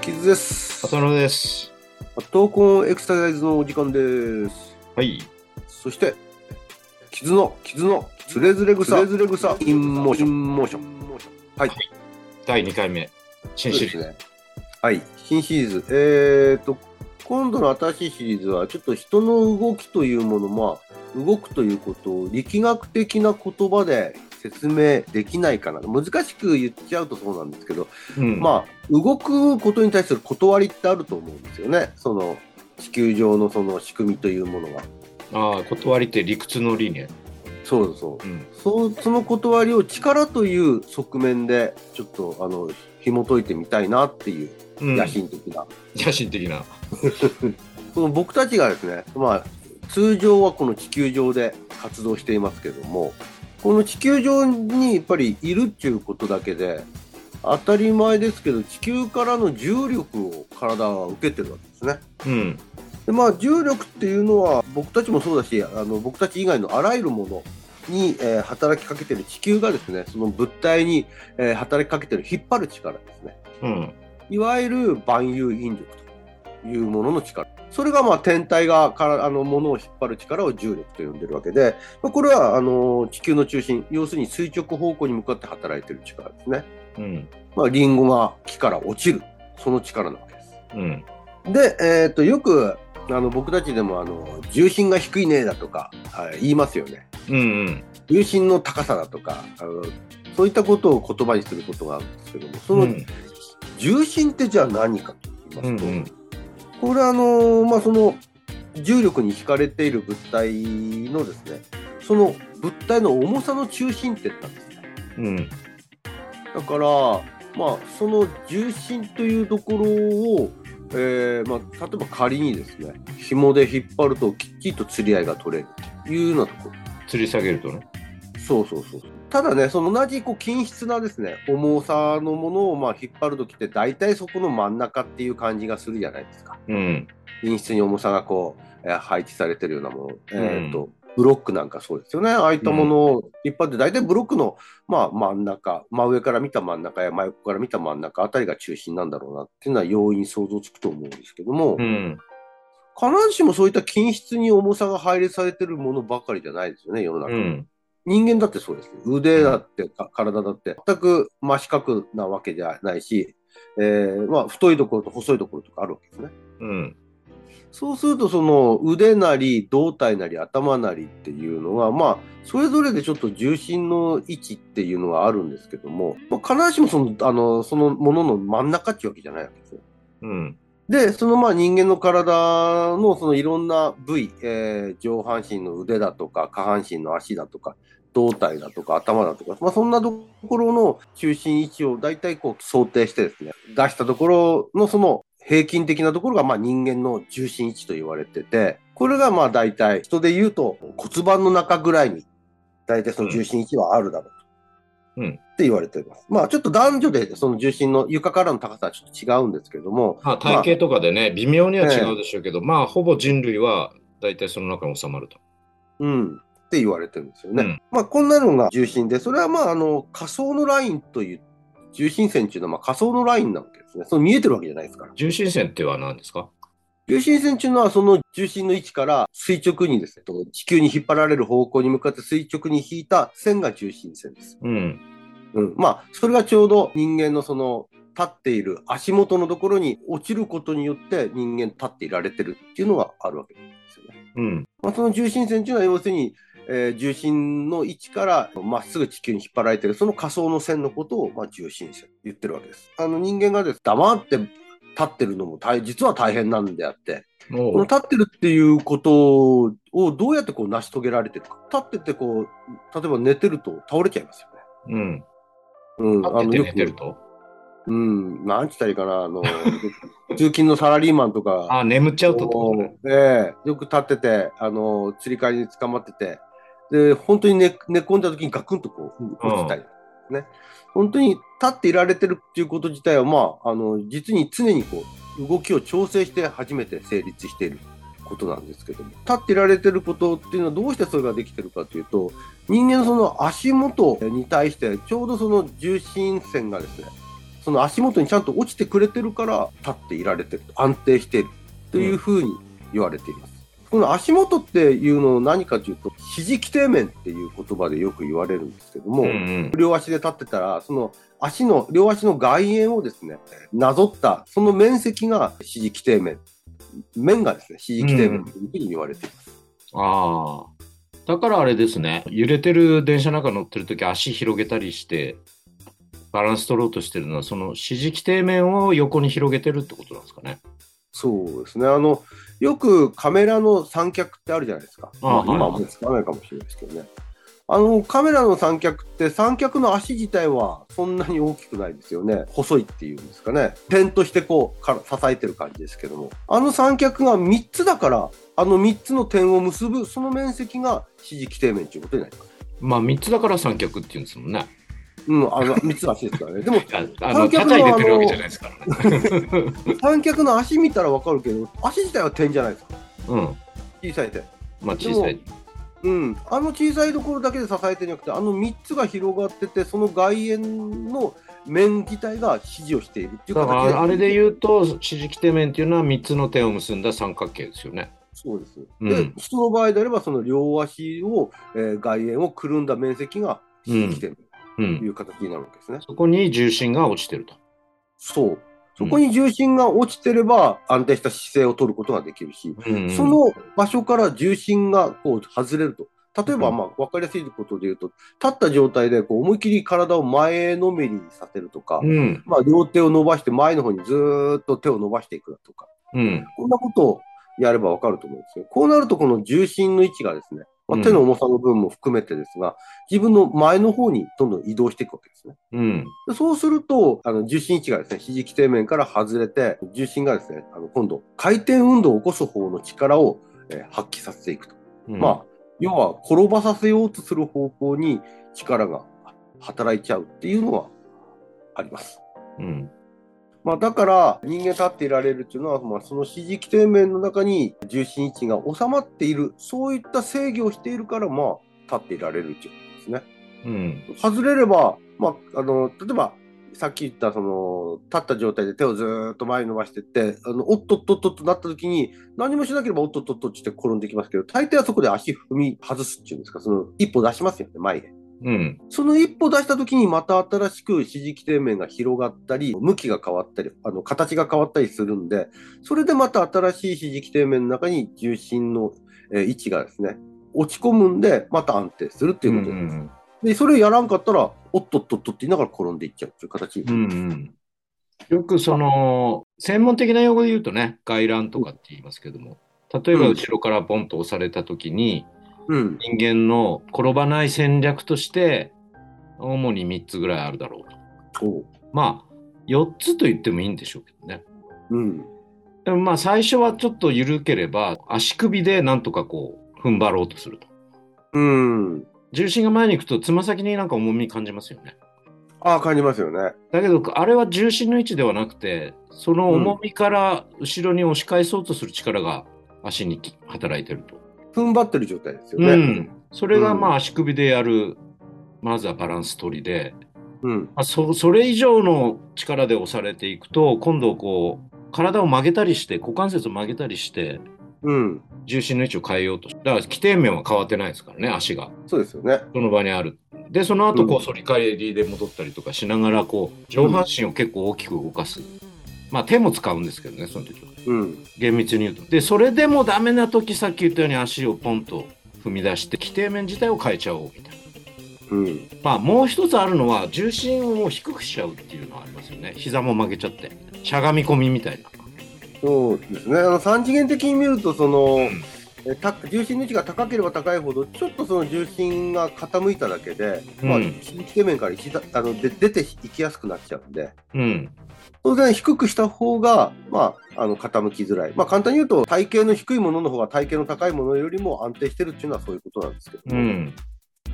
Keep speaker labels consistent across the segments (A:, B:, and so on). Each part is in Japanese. A: キズです。
B: 浅野です。
A: 闘魂エクササイズのお時間です。
B: はい。
A: そして、キズの、キズの、つれずれ草、つれずれ草、インモーション、インモーション。はい、
B: 第2回目。新
A: そう
B: シ
A: です
B: リーズ。
A: ね。はい、新シリーズ。えーと、今度の新しいシリーズは、ちょっと人の動きというもの、まあ、動くということを力学的な言葉で説明できないかな。難しく言っちゃうとそうなんですけど、
B: うんあ、
A: まあ、動くことに対する断りってあると思うんですよね。その、地球上のその仕組みというものが。
B: ああ、断りって理屈の理念。
A: そうそう
B: う。ん。
A: そうその断りを力という側面でちょっとあの紐解いてみたいなっていう
B: うん
A: 野心的な、
B: 野心的な。
A: この僕たちがですね、まあ、通常はこの地球上で活動していますけどもこの地球上にやっぱりいるっていうことだけで当たり前ですけど地球からの重力を体は受けてるわけですね。
B: うん。
A: でまあ、重力っていうのは僕たちもそうだしあの僕たち以外のあらゆるものに、えー働きかけてる地球がですねその物体に、えー働きかけてる引っ張る力ですね
B: うん。
A: いわゆる万有引力というものの力それがまあ天体がからあのものを引っ張る力を重力と呼んでるわけで、まあ、これはあの地球の中心要するに垂直方向に向かって働いてる力ですね、
B: うん。
A: まあ、リンゴが木から落ちるその力なわけです。
B: うん。
A: で、えっとよくあの僕たちでもあの重心が低いねだとかあ言いますよね
B: うん。うん。
A: 重心の高さだとかあのそういったことを言葉にすることがあるんですけどもそうの
B: ん。
A: 重心ってじゃあ何かと言
B: う
A: い
B: ん
A: ま
B: う
A: すと、
B: ん。
A: これはあの、まあ、その重力に惹かれている物体のですねその物体の重さの中心点なんですね。
B: うん。
A: だから、まあ、その重心というところを、えーまあ、例えば仮にですね紐で引っ張るときっちりと釣り合いが取れるというようなところ
B: 吊り下げるとね。
A: そうそうそうただねその同じこう均質なですね重さのものをまあ引っ張るときって大体そこの真ん中っていう感じがするじゃないですか
B: うん。
A: 均質に重さがこう、えー配置されてるようなもの、えー
B: う
A: とブロックなんかそうですよねああいったものを引っ張って大体ブロックの、まあ、真ん中真上から見た真ん中や真横から見た真ん中あたりが中心なんだろうなっていうのは容易に想像つくと思うんですけども、
B: うん。
A: 必ずしもそういった均質に重さが配列されてるものばかりじゃないですよね世の中、
B: うん。
A: 人間だってそうですよ腕だってか体だって全く真四角なわけじゃないし、えーまあ、太いところと細いところとかあるわけですね。
B: うん。
A: そうすると、その腕なり、胴体なり、頭なりっていうのは、まあ、それぞれでちょっと重心の位置っていうのはあるんですけども、まあ、必ずしもその、あの、そのものの真ん中っていうわけじゃないわけですよ。
B: うん。
A: で、そのまあ人間の体のそのいろんな部位、えー上半身の腕だとか、下半身の足だとか、胴体だとか、頭だとか、まあそんなところの中心位置を大体こう想定してですね、出したところのその平均的なところがまあ人間の重心位置と言われてて、これがまあ大体人で言うと骨盤の中ぐらいに大体その重心位置はあるだろうと。
B: うん
A: って言われています。まあちょっと男女でその重心の床からの高さはちょっと違うんですけども、
B: まあ、体型とかでね、微妙には違うでしょうけど、まあ、ほぼ人類は大体その中に収まると。
A: うん、って言われてるんですよね。
B: うん
A: まあこんなのが重心で、それはまああの仮想のラインという、重心線っていうのはまあ仮想のラインなわけですね。その見えてるわけじゃないですから。
B: 重心線っては何ですか
A: 重心線っていうのはその重心の位置から垂直にですね、と地球に引っ張られる方向に向かって垂直に引いた線が重心線です。
B: うん。
A: うん。まあそれがちょうど人間のその立っている足元のところに落ちることによって人間立っていられてるっていうのがあるわけですよね。
B: うん。
A: まあ、その重心線というのは要するに、えー重心の位置からまっすぐ地球に引っ張られているその仮想の線のことを、まあ、重心線と言ってるわけです。あの人間がです黙って立ってるのも大実は大変なんであって
B: も
A: この立ってるっていうことをどうやってこう成し遂げられてるか立っててこう例えば寝てると倒れちゃいますよね。
B: うん。
A: うん、
B: 立ってて寝て
A: よ
B: る
A: く、
B: と。
A: うん、なんつったらいいかな、あの、 通勤のサラリーマンとか、
B: ああ、眠っちゃうとってことね。
A: ええよく立ってて、あの、釣り替えに捕まってて、で、本当に寝寝込んだ時にガクンとこう、
B: うん
A: 落ちたり、ね。本当に立っていられてるっていうこと自体は、まあ、あの、実に常にこう、動きを調整して初めて成立していることなんですけども立ってられてることっていうのはどうしてそれができてるかというと人間のその足元に対してちょうどその重心線がですねその足元にちゃんと落ちてくれてるから立っていられてる安定しているというふうに言われています。この足元っていうのを何かというと、肘規定面っていう言葉でよく言われるんですけども、
B: うんうん
A: 両足で立ってたら、その足の、両足の外縁をですね、なぞった、その面積が肘規定面。面がですね、肘規定面というふうに言われています。
B: ああ。だからあれですね、揺れてる電車なんか乗ってるとき、足広げたりして、バランス取ろうとしてるのは、その支持規定面を横に広げてるってことなんですかね。
A: そうですね。あの、よくカメラの三脚ってあるじゃないですか。
B: あ
A: まあ、今は
B: はい
A: もう使わないかもしれないですけどね。あの、カメラの三脚って三脚の足自体はそんなに大きくないですよね。細いっていうんですかね。点としてこう、から支えてる感じですけども。あの三脚が3つだから、あの3つの点を結ぶ、その面積が支持規定面ということになります。
B: まあ、3つだから三脚っていうんですもんね。
A: うん、あの、3つの足ですからね。でも、
B: あ あ
A: 三
B: の、
A: 脚の
B: 叩いてってるわけじゃないですからね。
A: 三脚の足見たらわかるけど、足自体は点じゃないですか。
B: うん。
A: 小さい点。
B: まあ、小さい。
A: うん、あの小さいところだけで支えてるんじゃなくて、あの3つが広がってて、その外縁の面自体が支持をしているっていう
B: だ
A: 形
B: から、あれで言
A: う。
B: うと、支持規定面っていうのは3つの点を結んだ三角形ですよね。
A: そうです。
B: うん
A: で、人の場合であれば、その両足を、えー外縁をくるんだ面積が支持していると
B: うん。
A: いう形になるわけですね。
B: そこに重心が落ちてると。
A: そう。そこに重心が落ちてれば、安定した姿勢を取ることができるし、
B: うん、うん
A: そ、の場所から重心がこう外れると。例えば、
B: うん
A: まあ、わかりやすいことで言うと、立った状態でこう思い切り体を前のめりにさせるとか、
B: うん。
A: まあ、両手を伸ばして前の方にずーっと手を伸ばしていくだとか、
B: うん。
A: こんなことをやればわかると思うんですよ。こうなると、この重心の位置がですね、ま
B: う
A: あ、
B: ん
A: 手の重さの分も含めてですが、自分の前の方にどんどん移動していくわけですね。
B: うん。
A: でそうすると、あの重心位置がですね、肘規底面から外れて、重心がですね、あの今度、回転運動を起こす方の力を、えー発揮させていくと。
B: うん
A: まあ、要は転ばさせようとする方向に力が働いちゃうっていうのはあります。
B: うん。
A: まあ、だから人間立っていられるっていうのは、まあ、その支持基底面の中に重心位置が収まっているそういった制御をしているから、まあ、立っていられるっていうことです
B: うん。
A: ね。外れれば、まあ、あの例えばさっき言ったその立った状態で手をずーっと前に伸ばしてってあのおっとっとっとっとなった時に何もしなければおっとっとっとっとって転んできますけど大抵はそこで足踏み外すっていうんですかその一歩出しますよね前へ。
B: うん。
A: その一歩出した時にまた新しく支持基底面が広がったり、向きが変わったり、あの形が変わったりするんで、それでまた新しい支持基底面の中に重心の、えー位置がですね、落ち込むんで、また安定するっていうこと
B: う
A: なん
B: ん
A: で
B: う
A: す。
B: ん
A: で、それをやらんかったら、おっとっとっとって言いながら転んでいっちゃうっていう形に。
B: うんうんよくその専門的な用語で言うとね外乱とかって言いますけども例えば
A: うん
B: 後ろからボンと押された時に
A: うん。
B: 人間の転ばない戦略として主に3つぐらいあるだろうと
A: おう
B: まあ4つと言ってもいいんでしょうけどね
A: うん。
B: でもまあ最初はちょっと緩ければ足首でなんとかこう踏ん張ろうとすると
A: うん。
B: 重心が前に行くとつま先になんか重み感じますよね
A: ああ、感じますよね。
B: だけど、あれは重心の位置ではなくて、その重みから後ろに押し返そうとする力が足にき働いてると。
A: 踏ん張ってる状態ですよ
B: う
A: ね
B: ん。。それが
A: うん
B: まあ足首でやる、まずはバランス取りで、
A: うん。
B: まあ、そそれ以上の力で押されていくと、今度こう、体を曲げたりして、股関節を曲げたりして、
A: うん。重
B: 重心の位置を変えようと。だから、規定面は変わってないですからね、足が。
A: そうですよね。
B: その場にある。で、その後、こ
A: う
B: う、
A: ん
B: 反り返りで戻ったりとかしながら、こう、上半身を結構大きく動かす。まあ、手も使うんですけどね、その時は。
A: うん。
B: 厳密に言うと。で、それでもダメな時、さっき言ったように足をポンと踏み出して、規定面自体を変えちゃおうみたいな。
A: うん。
B: まあ、もう一つあるのは、重心を低くしちゃうっていうのはありますよね。膝も曲げちゃって。しゃがみ込みみたいな。
A: そうですね。あの、三次元的に見ると、その、
B: うん
A: えーた重心の位置が高ければ高いほど、ちょっとその重心が傾いただけで、
B: うん
A: まあ、地底面から膝あので出ていきやすくなっちゃうんで、
B: うん。
A: 当然低くした方が、まあ、あの傾きづらい。まあ、簡単に言うと、体型の低いものの方が体型の高いものよりも安定してるっていうのはそういうことなんですけど、
B: うん。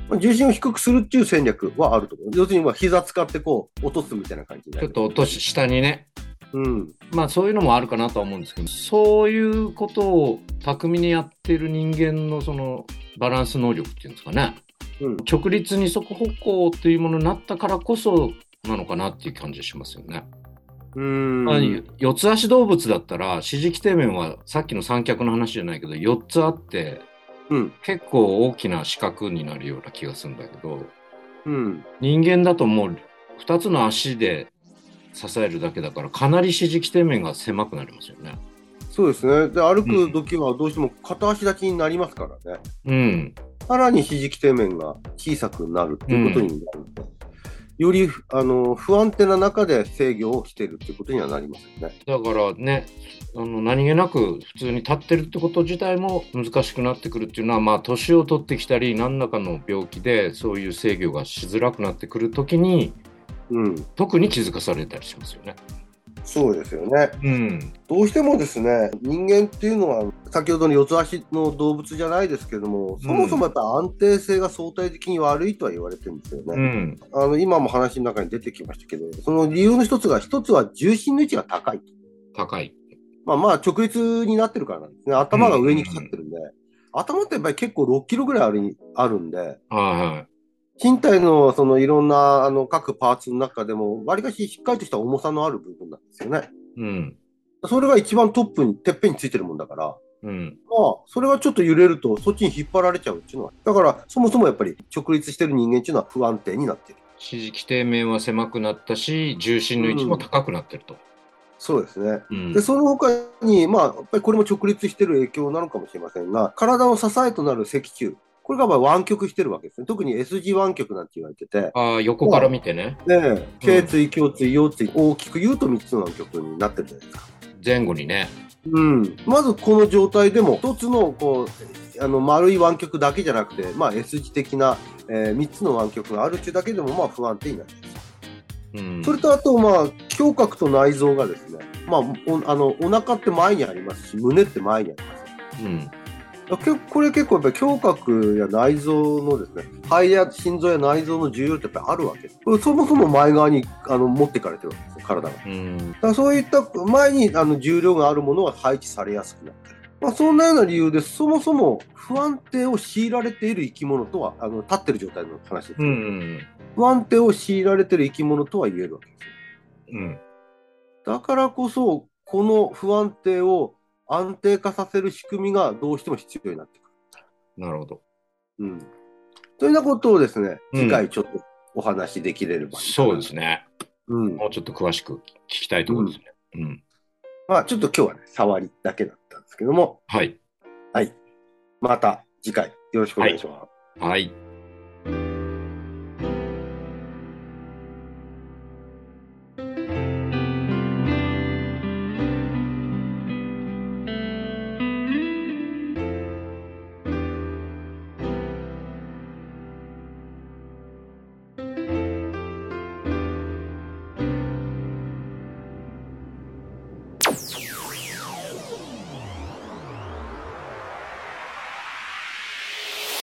A: まあ、重心を低くするっていう戦略はあると思う。要するに、まあ、膝使ってこう、落とすみたいな感じにな
B: ちょ
A: る。
B: っと落とし、下にね、
A: うん。
B: まあそういうのもあるかなとは思うんですけど、そういうことを巧みにやってる人間のそのバランス能力っていうんですかね。
A: うん。
B: 直立二足歩行っていうものになったからこそなのかなっていう感じしますよね。
A: うん。
B: まあ四つ足動物だったら、四軸底面はさっきの三脚の話じゃないけど、四つあって
A: うん。
B: 結構大きな四角になるような気がするんだけど、
A: うん。
B: 人間だともう二つの足で支えるだけだから、かなり四軸底面が狭くなりますよね。
A: そうですね。で、歩
B: う
A: く
B: ん
A: 時はどうしても片足立ちになりますからね。
B: うん。
A: さらに肘底面が小さくなるっていうことになるので、よりあの不安定な中で制御をしているっていうことにはなりますよね。
B: だからねあの何気なく普通に立ってるってこと自体も難しくなってくるっていうのはまあ年を取ってきたり何らかの病気でそういう制御がしづらくなってくるときに
A: うん。
B: 特に気づかされたりしますよね。
A: そうですよね。
B: うん、
A: どうしてもですね、人間っていうのは、先ほどの四つ足の動物じゃないですけども、そもそもやっぱ安定性が相対的に悪いとは言われてるんですよ
B: う
A: ね。
B: ん、
A: あの、今も話の中に出てきましたけど、その理由の一つが、一つは重心の位置が高いと。
B: 高い。
A: まあまあ直立になってるからなんですね。頭が上にかかってるんで。頭ってやっぱり結構6キロぐらいあるあるんで、
B: はいはい。
A: 身体のそのいろんなあの各パーツの中でも、わりかししっかりとした重さのある部分なんですよね。
B: うん、
A: それが一番トップに、てっぺんについてるもんだから、まあ、
B: うん、
A: それがちょっと揺れると、そっちに引っ張られちゃうっていうのは。だから、そもそもやっぱり直立してる人間っていうのは不安定になってる。
B: 支持基底面は狭くなったし重心の位置も高くなってると。
A: そうですね。
B: うん
A: で、その他に、まあ、やっぱりこれも直立してる影響なのかもしれませんが、体の支えとなる脊柱、これがまあ湾曲してるわけですね。特に S 字湾曲なんて言われてて、
B: ああ横から見てね
A: で、頸椎、胸椎、腰椎、大きく言うと3つの湾曲になってるじゃないですか。
B: 前後にね。
A: うん。まずこの状態でも、一つの、こう、あの、丸い湾曲だけじゃなくて、まあ、S 字的な、え3つの湾曲があるっていうだけでも、まあ、不安定になる。
B: うん、
A: それとあと、まあ、胸郭と内臓がですね、まあ、おあのお腹って前にありますし、胸って前にあります。
B: うん、
A: けこれ結構やっぱり胸郭や内臓のですね肺や心臓や内臓の重要ってやっぱりあるわけですこれそもそも前側にあの持ってかれてるわけですよ体がだか
B: うん、
A: らそういった前にあの重量があるものが配置されやすくなってる、まあ、そんなような理由でそもそも不安定を強いられている生き物とはあの立ってる状態の話です、
B: うん、うん、
A: 不安定を強いられている生き物とは言えるわけですよ
B: うん、
A: だからこそこの不安定を安定化させる仕組みがどうしても必要になってくる
B: なるほど。
A: うん。というようなことをですね、
B: うん
A: 次回ちょっとお話しできれれば、。
B: そうですすね。
A: うん。
B: もうちょっと詳しく聞きたいところですね。うん。
A: まあちょっと今日はね、触りだけだったんですけども、
B: はい。
A: また次回よろしくお願いします。
B: はい。